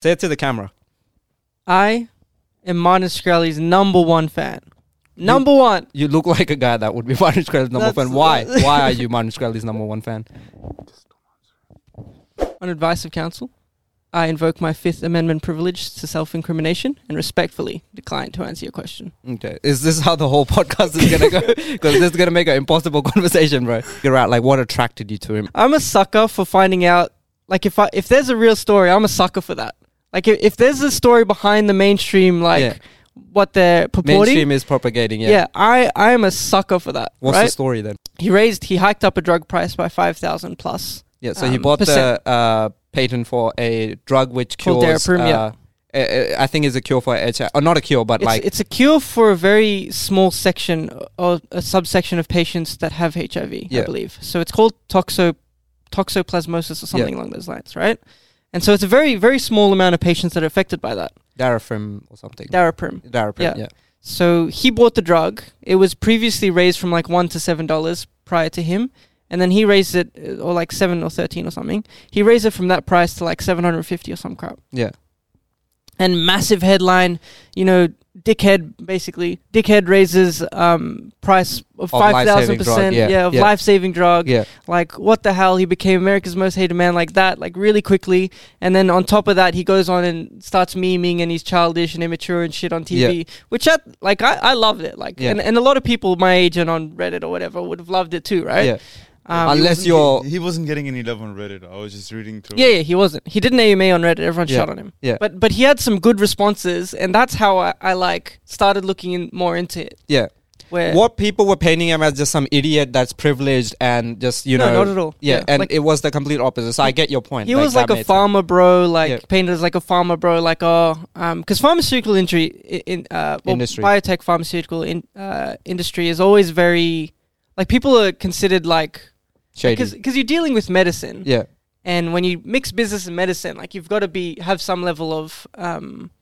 Say it to the camera. I am Monty Scully's number one fan. Number one. You look like a guy that would be Martin Shkreli's number That's- one fan. Why? Why are you Martin Shkreli's number one fan? On advice of counsel, I invoke my Fifth Amendment privilege to self incrimination and respectfully decline to answer your question. Okay. Is this how the whole podcast is gonna go? Because this is gonna make an impossible conversation, bro. You're out. Like, what attracted you to him? I'm a sucker for finding out. Like if I if there's a real story, I'm a sucker for that. Like if, if there's a story behind the mainstream, like Yeah. what they're purporting. Mainstream is propagating. Yeah. yeah. I I am a sucker for that. What's the right? story then? he raised he hiked up a drug price by five thousand plus. Yeah. So he Um, bought percent- the uh, patent for a drug which Called cures. Daraprim, yeah. uh, uh, I think is a cure for HIV. Or not a cure, but It's, like it's a cure for a very small section or a subsection of patients that have HIV, Yeah. I believe. So it's called toxo toxoplasmosis or something along those lines, right? And so it's a very very small amount of patients that are affected by that Daraprim or something. daraprim. Daraprim. Yeah. yeah. So he bought the drug. It was previously raised from like one to seven dollars prior to him, and then he raised it, uh, or like seven or thirteen or something. He raised it from that price to like seven hundred and fifty or some crap. Yeah. And massive headline, you know, dickhead basically. Dickhead raises um price of Of five life-saving thousand drug, percent, yeah, yeah, of yeah. life saving drug. Yeah. Like what the hell? He became America's most hated man like that, like really quickly. And then on top of that, he goes on and starts memeing and he's childish and immature and shit on TV, which I like. I, I loved it. Like, Yeah. and, and a lot of people my age and on Reddit or whatever would have loved it too, right? Yeah. Um, Unless- wasn't you're- get- he wasn't getting any love on Reddit. I was just reading through. yeah, yeah, he wasn't. He didn't AMA on Reddit. Everyone Yeah. shot on him. Yeah. But but he had some good responses, and that's how I, I like started looking in more into it. Yeah. Where What people were painting him as just some idiot that's privileged and just you No, know not at all. Yeah, Yeah, and like- it was the complete opposite. So I get your point. He was that like a made sense. farmer bro, like Yeah. painted as like a farmer bro, like oh, um, because pharmaceutical industry in uh, well, Industry. biotech pharmaceutical in, uh, industry is always very like people are considered like because shady. because you're dealing with medicine, Yeah, and when you mix business and medicine, like you've got to be have some level of um,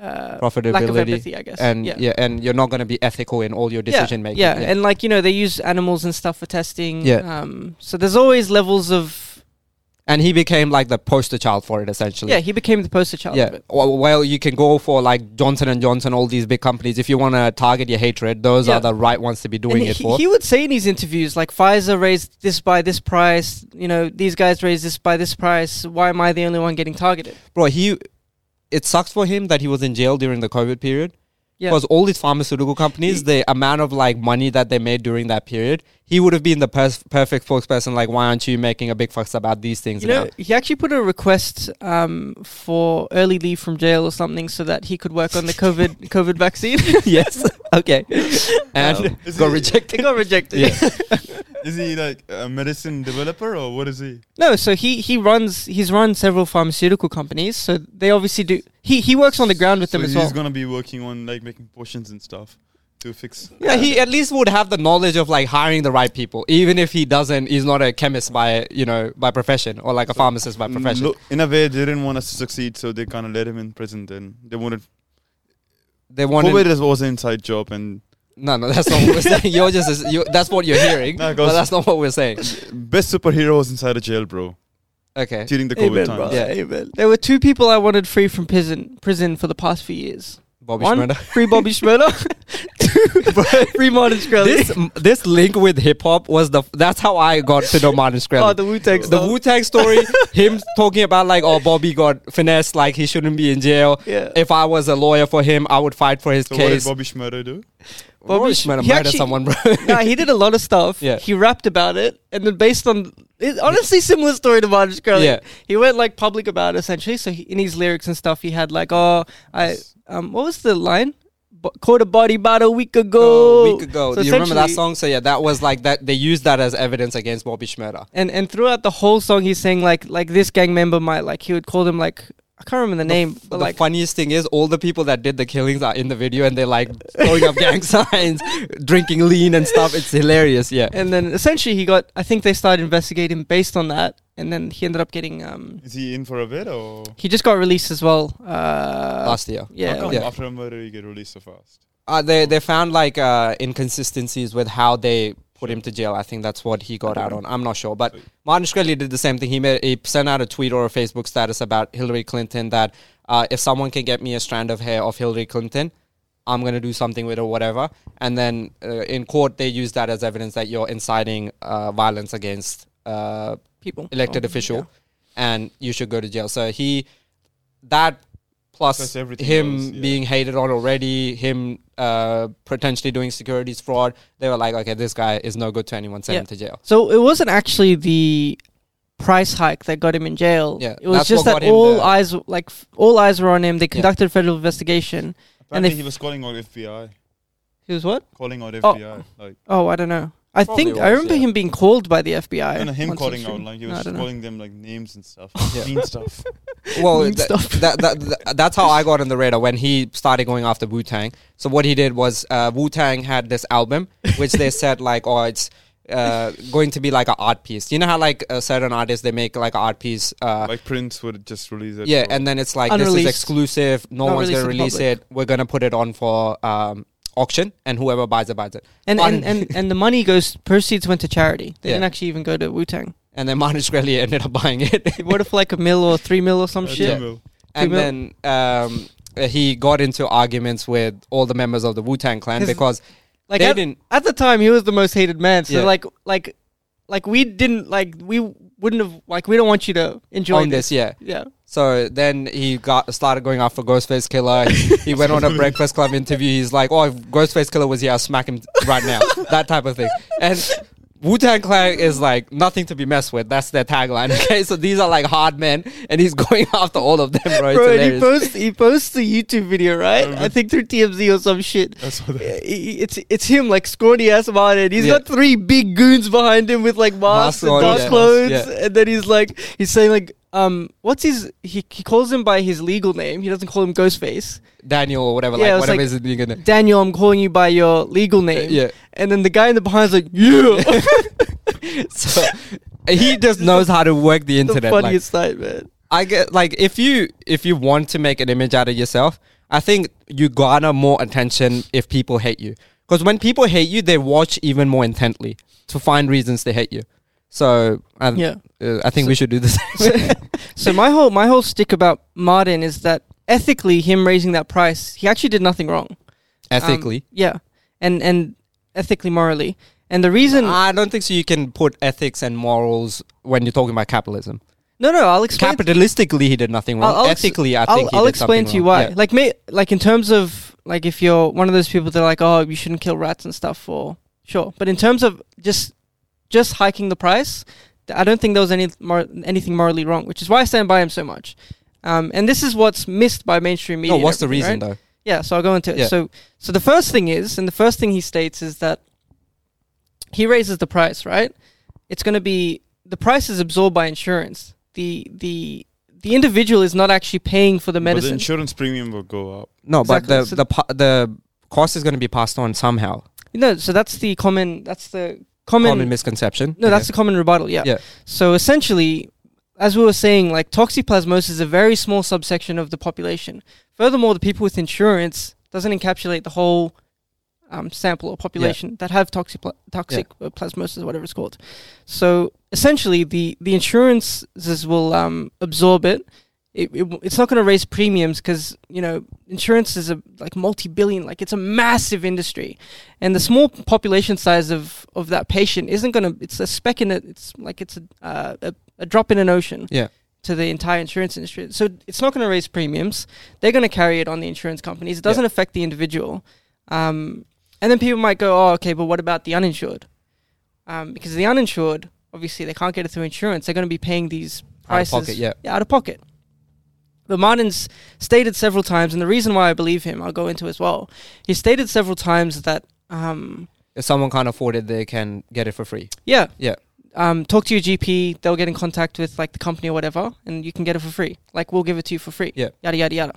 uh, lack of Profitability empathy, I guess, and yeah. and you're not going to be ethical in all your decision making. Yeah, and like you know, they use animals and stuff for testing. Yeah. Um, so there's always levels of And he became like the poster child for it essentially. yeah. He became the poster child. Of Yeah. it. Well, well, you can go for like Johnson and Johnson, all these big companies. If you want to target your hatred, those Yeah. are the right ones to be doing and it he, for. he would say in his interviews, like Pfizer raised this by this price. You know, these guys raised this by this price. Why am I the only one getting targeted? Bro, he. It sucks for him that he was in jail during the COVID period. Yeah. Because all these pharmaceutical companies, the amount of like money that they made during that period, he would have been the pers- perfect spokesperson. Like, why aren't you making a big fuss about these things? You know, now? he actually put a request um, for early leave from jail or something, so that he could work on the COVID COVID vaccine. yes. Okay. And Um, Is got They it- rejected. got rejected. Yeah. Is he like a medicine developer or what is he? No, so he he runs he's run several pharmaceutical companies, so they obviously do. He he works on the ground with so them as he's well. gonna be working on like making potions and stuff to fix. Yeah, he at least would have the knowledge of like hiring the right people, even if he doesn't. He's not a chemist by you know by profession or like a pharmacist by profession. mm, Um, Look, in a way, they didn't want us to succeed, so they kind of let him in prison. Then they wanted. they wanted COVID is- was an inside job, and no, no. That's not what we're saying. You're just you, that's what you're hearing, No, it but goes- that's not what we're saying. best superhero was inside a jail, bro, Okay. during the COVID time. brother. Yeah. amen. There were two people I wanted free from prison prison for the past few years. Bobby One Shmurda. free Bobby Schmurda, two free Martin Shkreli. this this link with hip hop was the that's how I got to know Martin Shkreli. oh, the Wu Tang. the Wu Tang story, him talking about like, oh, Bobby got finessed, like he shouldn't be in jail. Yeah. If I was a lawyer for him, I would fight for his So what did case. Bobby Schmurder do? Bobby Bobby Sh- might have he murdered actually- someone, bro. Nah, he did a lot of stuff. Yeah. He rapped about it, and then based on it, honestly similar story to Martin Shkreli. Yeah. He went like public about it, essentially. So he, in his lyrics and stuff, he had like, "Oh, I um, what was the line? B- caught a body about a week ago. A week ago, So do you remember that essentially- song? So yeah, that was like that. They used that as evidence against Bobby Schmurda. And and throughout the whole song, he's saying like like this gang member might like he would call them like I can't remember the, name, but the like funniest thing is, all the people that did the killings are in the video, and they're like throwing up gang signs, drinking lean and stuff. It's hilarious. Yeah, and then essentially he got I think they started investigating based on that, and then he ended up getting um Is he in for a bit or? he just got released as well. Uh, last year. yeah, How come yeah. After a murder, you get released so fast. Uh, they they found like uh, inconsistencies with how they put him to jail. I think that's what he got I out don't on. I'm not sure, but Sweet. Martin Shkreli did the same thing. He made he sent out a tweet or a Facebook status about Hillary Clinton that uh, if someone can get me a strand of hair of Hillary Clinton, I'm gonna do something with it or whatever. And then uh, in court, they use that as evidence that you're inciting uh, violence against uh, people. elected Oh, official, yeah. and you should go to jail. So he, that plus Plus everything him else, yeah. being hated on already, him uh, potentially doing securities fraud. They were like, okay, this guy is no good to anyone. Send Yeah. him to jail. So it wasn't actually the price hike that got him in jail. Yeah, it was that's just what that got him all the- eyes like f- all eyes were on him. They conducted a federal investigation. Apparently if- he was calling out FBI, He was what? calling out Oh. FBI, like Oh, I don't know. I Probably think I was, remember yeah. him being called by the FBI. and him once calling on out, stream. like he No, I was don't know. calling them like names and stuff, Yeah. mean stuff. well, Mean th- stuff. that- that- that- that's how I got on the radar when he started going after Wu Tang. So what he did was uh, Wu Tang had this album, which they said like, oh, it's uh, going to be like an art piece. You know how like uh, certain artists they make like an art piece. Uh, like Prince would just release it. yeah, for- and then it's like this Unreleased. is exclusive. No Not one's released gonna to the release public. it. We're gonna put it on for um, auction, and whoever buys it buys it. And Fun. and, and and the money goes proceeds went to charity. They Yeah. didn't actually even go to Wu Tang. And then Martin Shkreli ended up buying it. What if like a mil or three mil or some Uh, shit? Jimbo. and Female- then um, uh, he got into arguments with all the members of the Wu Tang Clan His- because Like they at, didn't. at the time, he was the most hated man. So Yeah. like like like we didn't like we wouldn't have like we don't want you to enjoy Own this, yeah. Yeah. So then he got started going after Ghostface Killer. He, he went on a Breakfast Club interview. He's like, "Oh, if Ghostface Killer was here, I'll smack him right now." that type of thing. And Wu Tang Clan is like nothing to be messed with. That's their tagline. Okay, so these are like hard men, and he's going after all of them, bro. It's Bro, and he hilarious. posts he posts a YouTube video, right? Um, I think through TMZ or some shit. That's what. I- That, I- It's it's him like scrawny ass Martin. He's Yeah. got three big goons behind him with like masks Masks on, and dark yeah. clothes, Yeah. and then he's like he's saying like um what's his he, he calls him by his legal name. He doesn't call him Ghostface. Daniel or whatever, Yeah, like it's whatever like- is you're gonna. Daniel, I'm calling you by your legal name. Uh, yeah. And then the guy in the behind's like yeah. So he just knows how to work the the internet. like, funniest night, man. I get like if you if you want to make an image out of yourself, I think you garner more attention if people hate you. Because when people hate you, they watch even more intently to find reasons they hate you. So I, Yeah. Um, uh, I think we should do the same. So my whole my whole stick about Martin is that ethically him raising that price, he actually did nothing wrong. Um, ethically. yeah. And and ethically morally. And the reason I don't think so. You can put ethics and morals when you're talking about capitalism. No, no, I'll explain Capitalistically, he did nothing wrong. I'll- I'll ex- Ethically, I I'll, think he I'll did explain something to you wrong. why. Yeah. Like, may, like in terms of like if you're one of those people that are like, oh, you shouldn't kill rats and stuff, for sure. But in terms of just just hiking the price, th- I don't think there was any mor- anything morally wrong, which is why I stand by him so much. Um, and this is what's missed by mainstream media. no, and what's the everything, reason right? though? Yeah, so I'll go into it. Yeah. So, so the first thing is, and the first thing he states is that he raises the price, right? It's going to be the price is absorbed by insurance. the the The individual is not actually paying for the but the medicine. insurance premium will go up. No, Exactly. but the So- the pa- the cost is going to be passed on somehow. no, so that's the common. That's the common. Common misconception. no, Okay. that's the common rebuttal. Yeah. Yeah. So essentially, as we were saying, like toxoplasmosis is a very small subsection of the population. Furthermore, the people with insurance doesn't encapsulate the whole um, sample or population that have toxipla- toxic uh, plasmosis, whatever it's called. So essentially, the the insurances will um, absorb it. It, it w- it's not going to raise premiums because you know insurance is a like multi-billion, like it's a massive industry, and the small population size of of that patient isn't going to. It's a speck in it. It's like it's a, uh, a a drop in an ocean Yeah. to the entire insurance industry. So it's not going to raise premiums. They're going to carry it on the insurance companies. It doesn't affect the individual. Um, and then people might go, oh, okay, but what about the uninsured? Um, because the uninsured, obviously, they can't get it through insurance. They're going to be paying these Out of prices. pocket, yeah. out of pocket. But Martin's stated several times, and the reason why I believe him, I'll go into as well. He stated several times that, um, if someone can't afford it, they can get it for free. yeah, Yeah. um, talk to your GP. They'll get in contact with like the company or whatever, and you can get it for free. Like we'll give it to you for free. Yeah. Yada yada yada.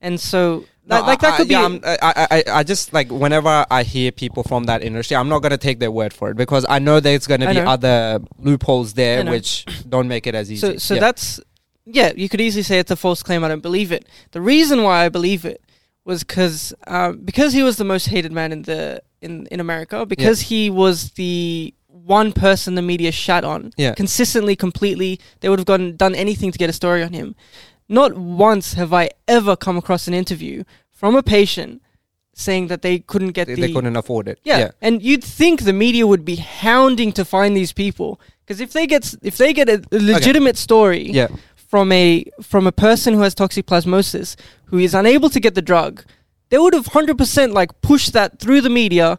And so that, No, like I- that could I, yeah, be. I'm- I, I, I I just like whenever I hear people from that industry, I'm not gonna take their word for it because I know there's gonna I be know. other loopholes I there know. which don't make it as easy. So, so Yeah. that's yeah. You could easily say it's a false claim. I don't believe it. The reason why I believe it was because um, because he was the most hated man in the in in America because he was the one person the media shat on Yeah. consistently completely they would have gone done anything to get a story on him not once have I ever come across an interview from a patient saying that they couldn't get They, the they couldn't afford it. yeah. and you'd think the media would be hounding to find these people because if they get s- if they get a a legitimate story Yeah. from a from a person who has toxoplasmosis who is unable to get the drug, they would have hundred percent like pushed that through the media.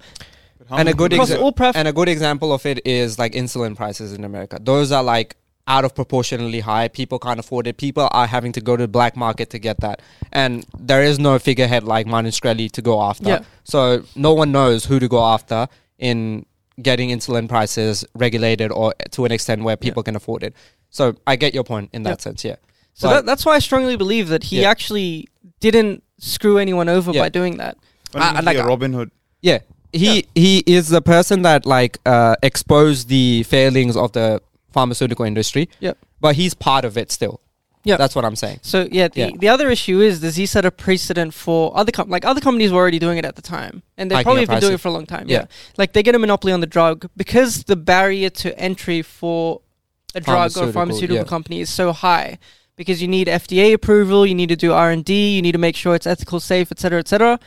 And a good Across exa- all pref- and a good example of it is like insulin prices in America. Those are like out of proportionally high. People can't afford it. People are having to go to the black market to get that. And there is no figurehead like Manus Shkreli to go after. Yeah. So no one knows who to go after in getting insulin prices regulated or to an extent where people can afford it. So I get your point in that Yeah. sense. Yeah. So But- that, that's why I strongly believe that he Yeah. actually didn't screw anyone over Yeah. by doing that. I- I uh, like- like Robin Hood. Yeah. He he is the person that like uh, exposed the failings of the pharmaceutical industry. Yep. But he's part of it still. Yep. That's what I'm saying. So yeah, the, Yeah. the other issue is does he set a precedent for other com- like other companies were already doing it at the time, and they've Hiking probably up been doing prices. it for a long time. Yeah. Yeah. like they get a monopoly on the drug because the barrier to entry for a drug or Pharmaceutical, pharmaceutical yeah. company is so high because you need FDA approval, you need to do R and D, you need to make sure it's ethical, safe, etc., etc.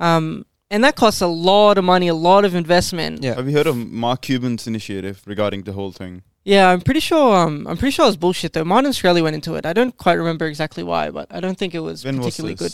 Um, and that costs a lot of money, a lot of investment. Yeah. Have you heard of Mark Cuban's initiative regarding the whole thing? Yeah, I'm pretty sure. Um, I'm pretty sure it was bullshit though. Martin Shkreli went into it. I don't quite remember exactly why, but I don't think it was When was particularly this?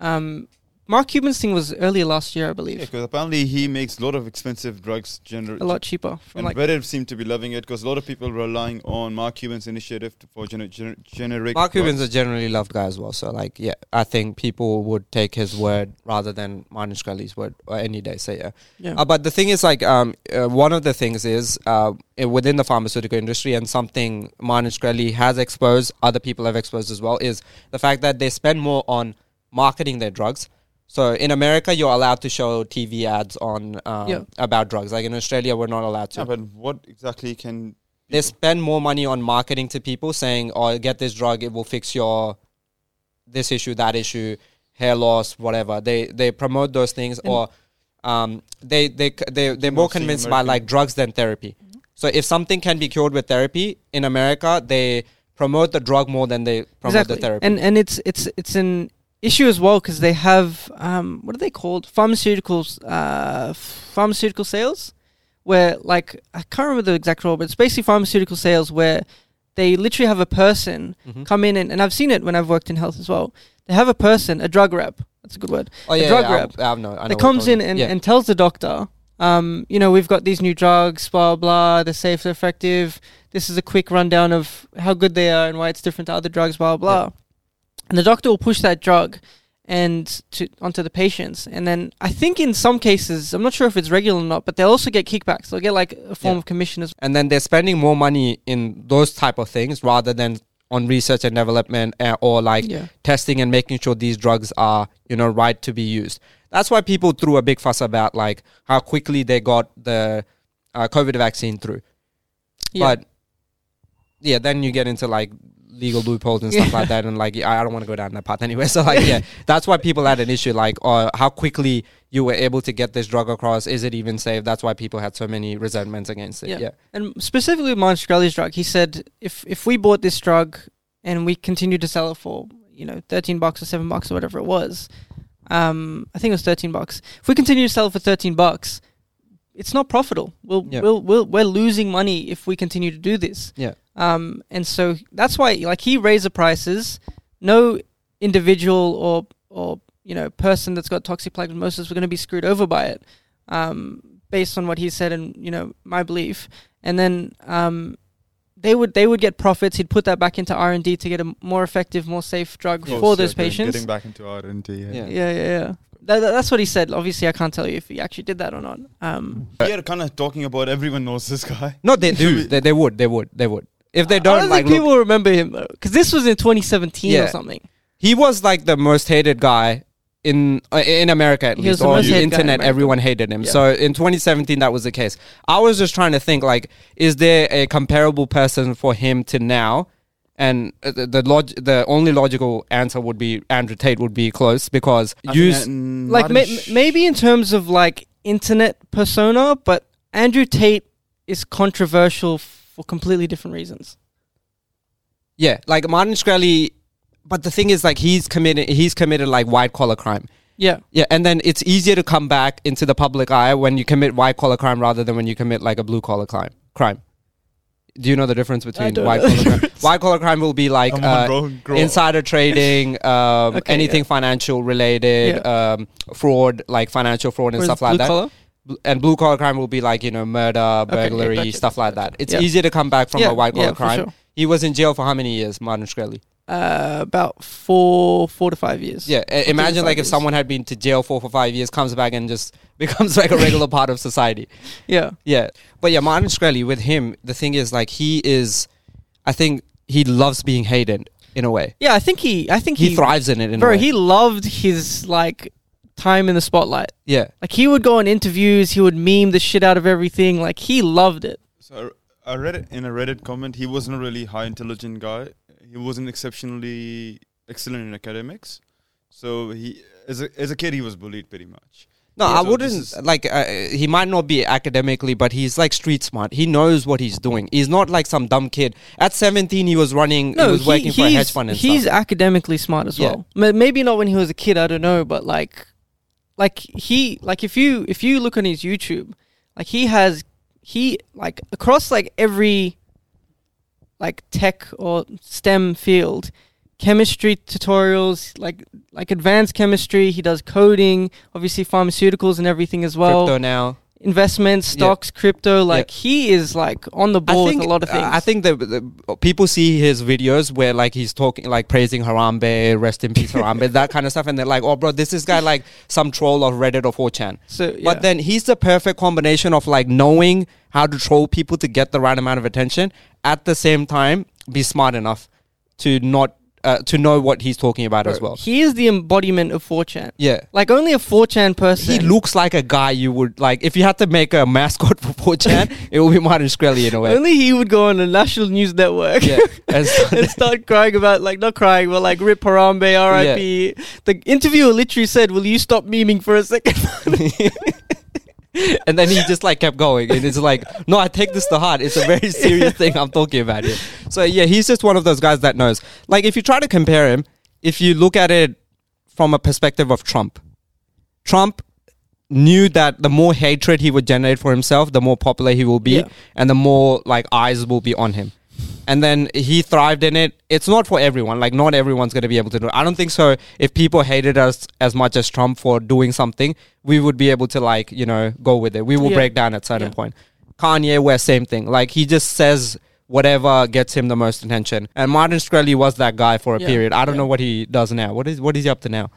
good. Um, Mark Cuban's thing was earlier last year, I believe. because apparently he makes a lot of expensive drugs. Gener- a lot cheaper. From And like, Reddit seemed to be loving it because a lot of people relying on Mark Cuban's initiative to- for gener- gener- generic. Mark Cuban's a drugs. generally loved guy as well. So like yeah, I think people would take his word rather than Martin Shkreli's word or any day. So yeah. yeah, Uh, but the thing is, like, um, uh, one of the things is uh, i- within the pharmaceutical industry, and something Manish Grelli has exposed, other people have exposed as well, is the fact that they spend more on marketing their drugs. So in America, you're allowed to show TV ads on um, Yeah. about drugs. Like in Australia, we're not allowed to. Yeah, but what exactly can they spend more money on marketing to people, saying, "Oh, get this drug; it will fix your this issue, that issue, hair loss, whatever." They they promote those things, or um, they they c- they they're more I've seen convinced by American- like drugs than therapy. So if something can be cured with therapy in America, they promote the drug more than they promote exactly. the therapy. And and it's it's it's an issue as well because they have um, what are they called? Pharmaceuticals, uh, pharmaceutical sales, where like I can't remember the exact role, but it's basically pharmaceutical sales where they literally have a person Mhm. come in and, and I've seen it when I've worked in health as well. They have a person, a drug rep. That's a good word. oh the yeah, drug yeah, rep I, I know, I know that what comes you're in talking and, about. Yeah. and tells the doctor, um, you know, we've got these new drugs, blah blah. They're safe, they're effective. This is a quick rundown of how good they are and why it's different to other drugs, blah blah. And the doctor will push that drug and to onto the patients, and then I think in some cases, I'm not sure if it's regular or not, but they'll also get kickbacks. They'll get like a form Yeah. of commission as and then they're spending more money in those type of things rather than on research and development uh, or like Yeah. testing and making sure these drugs are you know right to be used that's why people threw a big fuss about like how quickly they got the uh, covid vaccine through Yeah. but yeah then you get into like legal loopholes and stuff like that and like i I don't want to go down that path anyway so like yeah that's why people had an issue like uh, how quickly you were able to get this drug across is it even safe that's why people had so many resentments against it Yeah. yeah. And specifically with Martin Shkreli's drug, he said if if we bought this drug and we continued to sell it for you know thirteen bucks or seven bucks or whatever it was, um, I think it was thirteen bucks. If we continue to sell it for thirteen bucks, it's not profitable. We'll, Yeah. we'll we'll we're losing money if we continue to do this. Yeah. Um, and so that's why like he raised the prices. No individual or or you know person that's got toxoplasmosis were going to be screwed over by it, um, based on what he said and you know my belief. And then um, they would they would get profits. He'd put that back into R and D to get a m- more effective, more safe drug Of for course, those yeah, getting- patients. Getting back into R and D. Yeah. Yeah. yeah, yeah, yeah. That, that- that's what he said. Obviously, I can't tell you if he actually did that or not. Um, We are kind of talking about everyone knows this guy. No, they do. they, they would. They would. They would. If they don't, I don't like, think look, people remember him though, because this was in 2017 or Yeah. something. he was like the most hated guy in uh, in America at He was least, the or most the hated guy in internet. America. Everyone hated him. Yeah. So in 2017, that was the case. I was just trying to think, like, is there a comparable person for him to now? And uh, the the, log- the only logical answer would be Andrew Tate would be close because I think use that, mm, like Martin ma- Sh- maybe in terms of like internet persona, but Andrew Tate is controversial for completely different reasons. yeah, like Martin Shkreli. But the thing is, like he's committed he's committed like white collar crime. Yeah, Yeah, and then it's easier to come back into the public eye when you commit white collar crime rather than when you commit like a blue collar crime. Crime. Do you know the difference between don't white know the collar crime? White collar crime will be like Come on, uh, bro, grow up. insider trading, um, Okay, anything financial related, um, fraud, like financial fraud and Whereas stuff like blue that. collar? Bl- And blue collar crime will be like you know murder, yeah, burglary, gotcha, stuff like that. It's Yeah. easier to come back from Yeah, a white collar yeah, for crime. sure. He was in jail for how many years, Martin Shkreli? Uh, about four, four to five years. Yeah, i- imagine five like if years. someone had been to jail for for five years, comes back and just becomes like a regular part of society. yeah. Yeah, but yeah, Martin Shkreli with him, the thing is like he is, I think he loves being hated in a way. Yeah, I think he. I think He, he. thrives in it in a bro, way. he loved his like time in the spotlight. yeah, Like he would go on interviews, he would meme the shit out of everything. Like he loved it. So I, I read it in a Reddit comment. He wasn't a really high intelligent guy. He wasn't exceptionally excellent in academics. So he, as a, as a kid, he was bullied pretty much. no, Yeah, I so this wouldn't is- like. Uh, he might not be academically, but he's like street smart. He knows what he's doing. He's not like some dumb kid. At seventeen, he was running. he was working for a hedge fund and he's stuff. academically smart as Yeah. well. Ma- Maybe not when he was a kid, I don't know, but like, like he, like if you if you look on his YouTube, like he has he like across like every like tech or STEM field, chemistry tutorials, like like advanced chemistry. He does coding, obviously pharmaceuticals and everything as well. Crypto now. Investments, Yeah. stocks, crypto. Like he is like on the ball with a lot of things. I think the, the people see his videos where like he's talking like praising Harambe, rest in peace Harambe, that kind of stuff, and they're like, oh bro, this is guy like some troll of Reddit or 4chan. so. yeah. But then he's the perfect combination of like knowing how to troll people to get the right amount of attention, at the same time be smart enough to not uh, to know what he's talking about as well. He is the embodiment of 4chan. yeah. Like only a 4chan person. He looks like a guy you would like if you had to make a mascot for 4chan, it would be Martin Shkreli in a way. only he would go on a national news network Yeah. And so- and start crying about like not crying, but like rip Harambe, R.I.P. The interviewer literally said, "Will you stop memeing for a second? and then he just like kept going and it's like no i take this to heart it's a very serious thing i'm talking about here so yeah he's just one of those guys that knows like if you try to compare him if you look at it from a perspective of trump trump knew that the more hatred he would generate for himself the more popular he will be Yeah. and the more like eyes will be on him and then he thrived in it. It's not for everyone. Like not everyone's going to be able to do. It. I don't think so. If people hated us as much as Trump for doing something, we would be able to like you know go with it. We will Yeah. break down at certain Yeah. point. Kanye West, same thing. Like he just says whatever gets him the most attention. And Martin Shkreli was that guy for a Yeah. period. I don't Yeah. know what he does now. What is what is he up to now?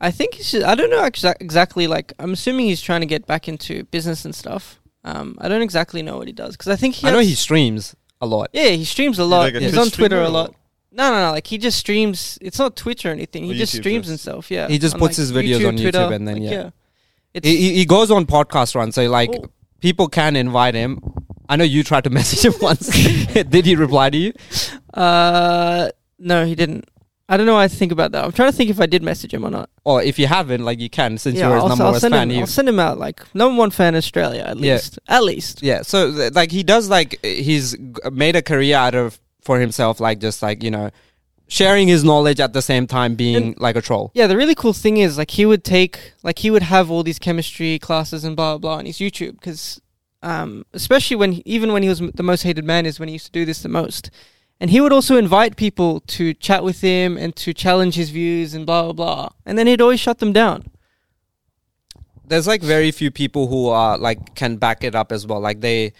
I think he's. Just, I don't know exa- exactly. Like I'm assuming he's trying to get back into business and stuff. Um, I don't exactly know what he does because I think he. I know has- he streams a lot. Yeah, he streams a lot. like a he's Twitch on Twitter streamer a or- lot. No, no, no. Like he just streams. It's not Twitch or anything. He Or just YouTube, streams yes. himself. Yeah. He just puts his videos on YouTube and then, yeah. It's, He, he- he goes on podcast runs. So like Oh. people can invite him. I know you tried to message him once. Did he reply to you? uh, no, he didn't. I don't know. What I think about that. I'm trying to think if I did message him or not. or if you haven't, like you can since yeah, you're his I'll, number I'll one send fan. him. you- I'll send him out. Like number one fan in Australia, at Yeah. least. At least. yeah, so th- like he does, like he's g- made a career out of for himself, like just like you know, sharing his knowledge at the same time being And- like a troll. Yeah, the really cool thing is like he would take like he would have all these chemistry classes and blah blah blah on his YouTube because um, especially when even when he was m- the most hated man is when he used to do this the most, and he would also invite people to chat with him and to challenge his views and blah blah blah, and then he'd always shut them down. There's like very few people who are like can back it up as well. Like they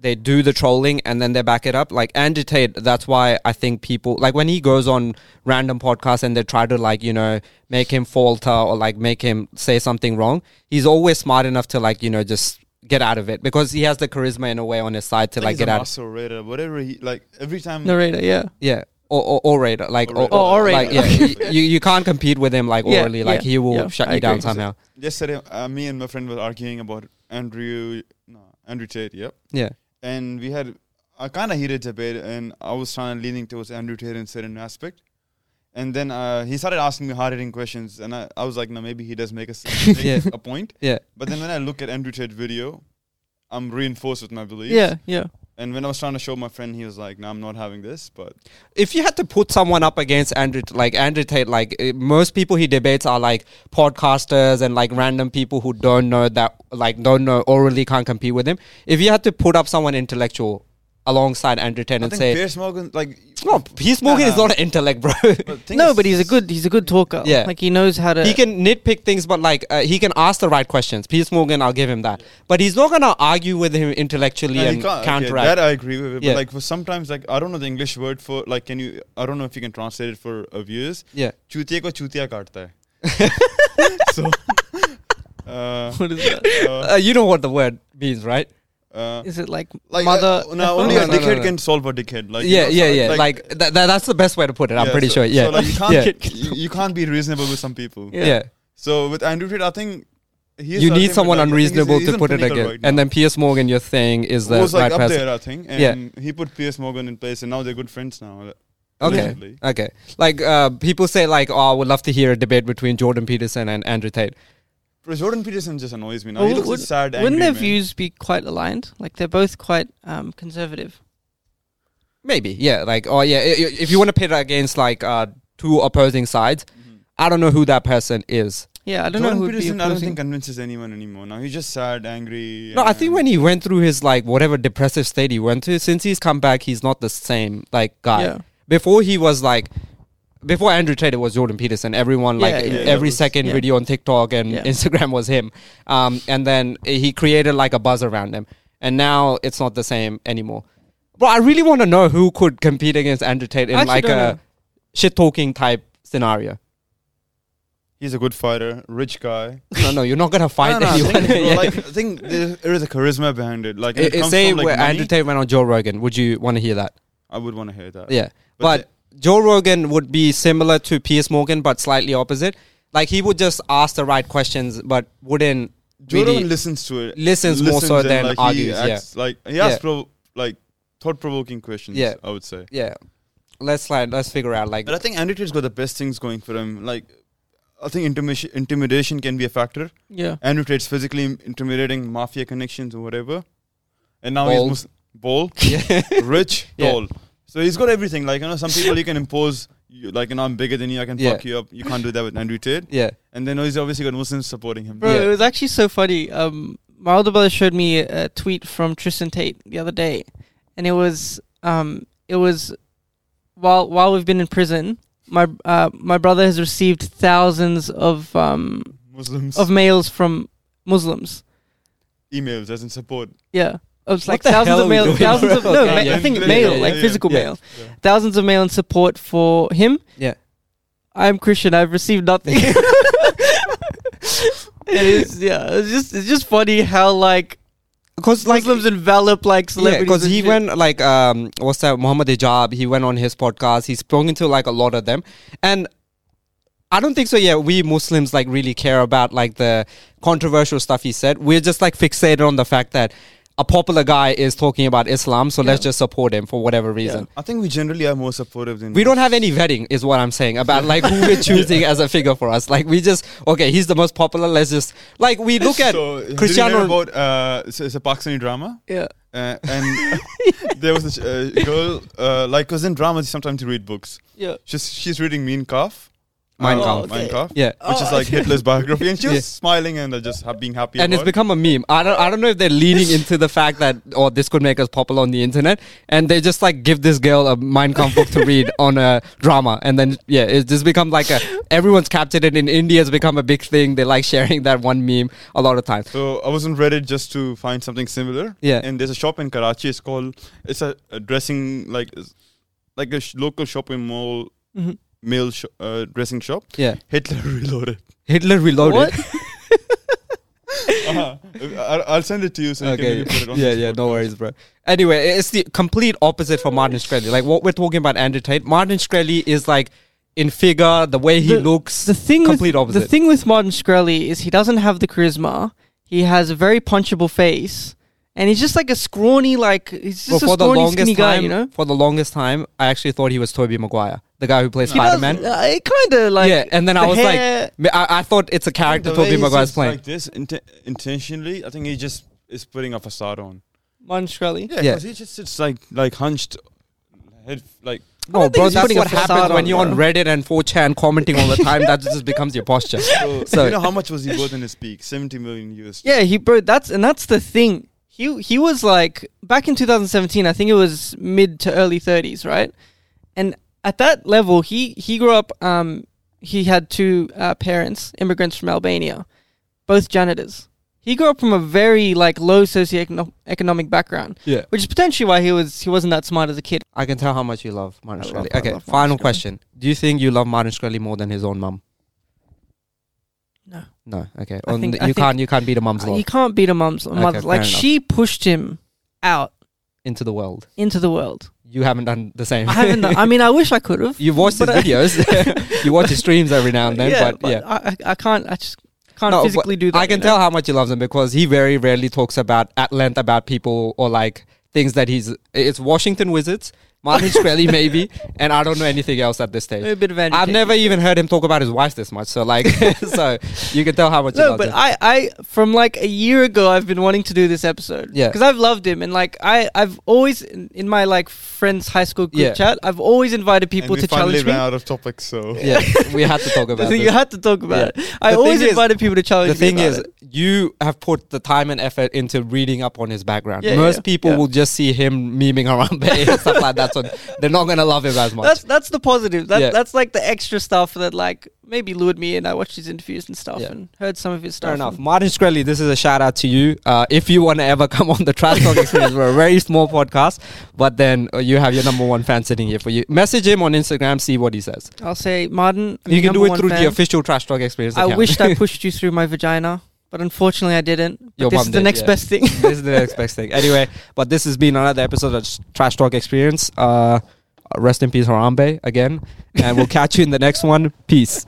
they do the trolling and then they back it up. Like Andrew Tate, that's why I think people like when he goes on random podcasts and they try to like you know make him falter or like make him say something wrong. He's always smart enough to like you know just get out of it because he has the charisma in a way on his side to He's like a get out. master orator, whatever he like. Every time Narrator, yeah, Yeah. Or, or orator, like or, Orator. Oh, orator. like yeah, Okay. you, you can't compete with him like Yeah, orally, like yeah, he will yeah, shut I you down agree. somehow. yesterday, uh, me and my friend were arguing about Andrew, no, Andrew Tate. Yep, Yeah, and we had I kind of hated debate, and I was trying leaning towards Andrew Tate in certain aspect. And then uh, he started asking me hard-hitting questions, and I, I was like, no, maybe he does make a, s- make Yeah. a point. Yeah. But then when I look at Andrew Tate video, I'm reinforced with my beliefs. Yeah, yeah. And when I was trying to show my friend, he was like, no, I'm not having this. But if you had to put someone up against Andrew, like Andrew Tate, like eh, most people he debates are like podcasters and like random people who don't know that, like don't know orally can't compete with him. If you had to put up someone intellectual alongside Andrew Tate I and think say, Pierce Morgan, like, no, Pierce Morgan Nah, is nah. not an intellect, bro. but thing No, is- but he's a good he's a good talker. Yeah. like he knows how to. he can nitpick things, but like uh, he can ask the right questions. Pierce Morgan, I'll give him that, but he's not gonna argue with him intellectually No, you and can't- okay, counteract. that uh, I agree with. But Yeah. like for sometimes, like I don't know the English word for like. Can you? I don't know if you can translate it for uh, viewers. yeah, चूतिया को चूतिया काटता है. so, uh, what is that? uh, uh, you know what the word means, right? uh, Is it like, like mother? uh, no, only No, a no, no, dickhead no. can solve a dickhead. Like you yeah, know, yeah, so, yeah. Like, tha- tha- that's the best way to put it. I'm yeah, pretty so- sure. Yeah, So like you can't Yeah. you, you can't be reasonable with some people. Yeah. yeah. So with Andrew Tate, I think. he is you the need ultimate, someone like, I think he's- unreasonable he's to on put it pinnacle again. right and now. then Piers Morgan, your thing is the was like right up person. there, I think, and Yeah. he put Piers Morgan in place, and now they're good friends now. Okay. allegedly. Okay. Like uh, people say, like, oh, I would love to hear a debate between Jordan Peterson and Andrew Tate. Bro, Jordan Peterson just annoys me now. Well, he looks would- a sad, angry Wouldn't their man. views be quite aligned? Like they're both quite um, conservative. Maybe. Yeah. Like, oh yeah. i- i- If you want to pit against like uh, two opposing sides, Mm-hmm. I don't know who that person is. Yeah, I don't Jordan know who Peterson, would be I don't opposing- think convinces anyone anymore. Now he's just sad, angry. No, I think and- when he went through his like whatever depressive state he went to, since he's come back, he's not the same like guy. Yeah. Before he was like, before Andrew Tate it was Jordan Peterson. Everyone like Yeah, yeah, yeah. every Yeah. second Yeah. video on TikTok and Yeah. Instagram was him. Um, and then he created like a buzz around him, and now it's not the same anymore. But I really want to know who could compete against Andrew Tate in I actually like a don't know. shit talking type scenario. he's a good fighter, rich guy. No, no, you're not gonna fight No, no, I anyone. think, bro, Yeah. like, I think there there is a charisma behind it. Like, and it, I- I comes say from, like, where money. Andrew Tate went on Joe Rogan. Would you want to hear that? I would want to hear that. Yeah. But But, Joe Rogan would be similar to Piers Morgan, but slightly opposite. Like he would just ask the right questions, but wouldn't Jordan really. listens to it. listens more so than like, He argues, yeah. acts, Like he asks Yeah. provo- like thought-provoking questions. Yeah. I would say. yeah. Let's like let's figure out like But I think Andrew Tate's got the best things going for him. Like, I think intimidation, intimidation can be a factor. Yeah. Andrew Tate's physically im- intimidating mafia connections or whatever. And now Bald. he's Mus- bald, Yeah. rich, Yeah. tall. So he's got everything. Like, you know, some people you can impose, you, like, you know, I'm bigger than you, I can Yeah. fuck you up. You can't do that with Andrew Tate. yeah. And then he's obviously got Muslims supporting him. Bro, Yeah. it was actually so funny. Um, my older brother showed me a a tweet from Tristan Tate the other day, and it was um, it was while while we've been in prison, my uh, my brother has received thousands of um, Muslims. of mails from Muslims. emails doesn't support. Yeah, it was What like the hell thousands are of we mail, doing, thousands of bro? no, Okay, ma- yeah. I think Yeah, mail, yeah, like yeah. physical Yeah. mail, thousands of mail in support for him. Yeah. I'm Christian. I've received nothing. it is yeah. It's just it's just funny how like Because like Muslims envelop like yeah, celebrities. because and he shit. went like um what's that Muhammad Hijab, he went on his podcast, he's spoken to like a lot of them. And I don't think so, yeah, we Muslims like really care about like the controversial stuff he said. We're just like fixated on the fact that a popular guy is talking about Islam, so let's Yeah. just support him for whatever reason. I think we generally are more supportive than We don't have any vetting, is what I'm saying about like who we're choosing as a figure for us. Like we just okay, he's the most popular. Let's just like we look at So, did you Cristiano. hear about uh, it's, it's a Pakistani drama, Yeah. uh, and there was this uh, girl uh, like because in dramas sometimes you read books. Yeah. She's she's reading Mein Kampf, Mein Uh, Kampf. Mein Okay. Kampf, Oh, yeah, which is Oh, like Hitler's biography, and she was Yeah. smiling and uh, just ha- being happy. and it's about it. become a meme. I don't, I don't know if they're leaning into the fact that oh this could make us popular on the internet, and they just like give this girl a Mein Kampf book to read on a drama, and then yeah, it's just become like a everyone's captured it in India. It's become a big thing. They like sharing that one meme a lot of times. So I was on Reddit just to find something similar. Yeah. And there's a shop in Karachi. It's called. It's a, a dressing like, it's like a sh- local shopping mall, Mhm. Mm-hmm. male sh- uh, dressing shop. Yeah, Hitler Reloaded. Hitler reloaded. What? uh I'll, I'll send it to you so Uh-huh. okay. you can maybe put it on. yeah, this yeah, podcast. no worries, bro. Anyway, it's the complete opposite for Martin Shkreli. Like what we're talking about Andrew Tate, Martin Shkreli is like in figure, the way he The- looks, The thing complete with, opposite. The thing with Martin Shkreli is he doesn't have the charisma. He has a very punchable face, and he's just like a scrawny, like he's just Well, a scrawny skinny guy, time, you know. for the longest time, I actually thought he was Toby Maguire, the guy who plays He does Spider Man. Uh, it kind of like yeah, and then I the was hair- like, I, I thought it's a character The way Toby he Maguire's sits playing. like this inten- intentionally. I think he just is putting a facade on. Martin Shkreli. Yeah, Yeah. because he just sits like like hunched, head like no, think bro, he's that's putting a what happens facade when on, you're on bro. Reddit and 4chan commenting all the time. that just becomes your posture. So, So- you know how much was he worth in his peak? Seventy million US. Yeah, he bro. That's and that's the thing. He he was like back in 2017. I think it was mid to early 30s, right? And at that level, he he grew up. Um, he had two uh, parents, immigrants from Albania, both janitors. He grew up from a very like low socioeconomic background, Yeah, which is potentially why he was he wasn't that smart as a kid. I can tell how much you love Martin I love- Shkreli. I Okay, love Martin final Shkreli. question: Do you think you love Martin Shkreli more than his own mum? No. No. Okay. I On think- the- I you think- can't. You can't beat a mum's Uh, you love can't beat a mum's a Okay, mother. Like fair enough. she pushed him out into the world. into the world. You haven't done the same. I haven't. I mean, I wish I could have. You've watched his But I- videos. you watch his streams every now and then, yeah, but yeah. I, I- I can't. I just can't No, but physically do that. I can you know? tell how much he loves them because he very rarely talks about at length about people or like things that he's. It's Washington Wizards, Martin Shkreli maybe, and I don't know anything else at this stage. a bit of I've education. never even heard him talk about his wife this much. So like, so you can tell how much. he No, loves but him. I, I, from like a year ago, I've been wanting to do this episode. Yeah. Because I've loved him, and like I, I've always in in my like friends' high school group Yeah. chat, I've always invited people and to we finally challenge me. ran out of topics. So yeah, we had to talk The about. thing- this. you had to talk about it. I The always thing is- invited people to challenge the me. thing about is, it. you have put the time and effort into reading up on his background. Yeah, Most yeah, people yeah. will just see him memeing around Bay and stuff like that, so they're not gonna love him as much. that's that's the positive. That, Yeah. That's like the extra stuff that like maybe lured me in. I watched his interviews and stuff, Yeah. and heard some of his stuff. Fair enough. and- Martin Shkreli, this is a shout out to you. Uh, if you want to ever come on the Trash Talk Experience, we're a very small podcast, but then uh, you have your number one fan sitting here for you. Message him on Instagram, see what he says. I'll say, Martin. I'm You your can do number it one through fan. the official Trash Talk Experience. I account. wished I pushed you through my vagina, but unfortunately I didn't. But Your this mum is the did, next yeah. best thing. this is the next best thing. Anyway, but this has been another episode of Trash Talk Experience. Uh, rest in peace, Harambe, again. And we'll catch you in the next one. Peace.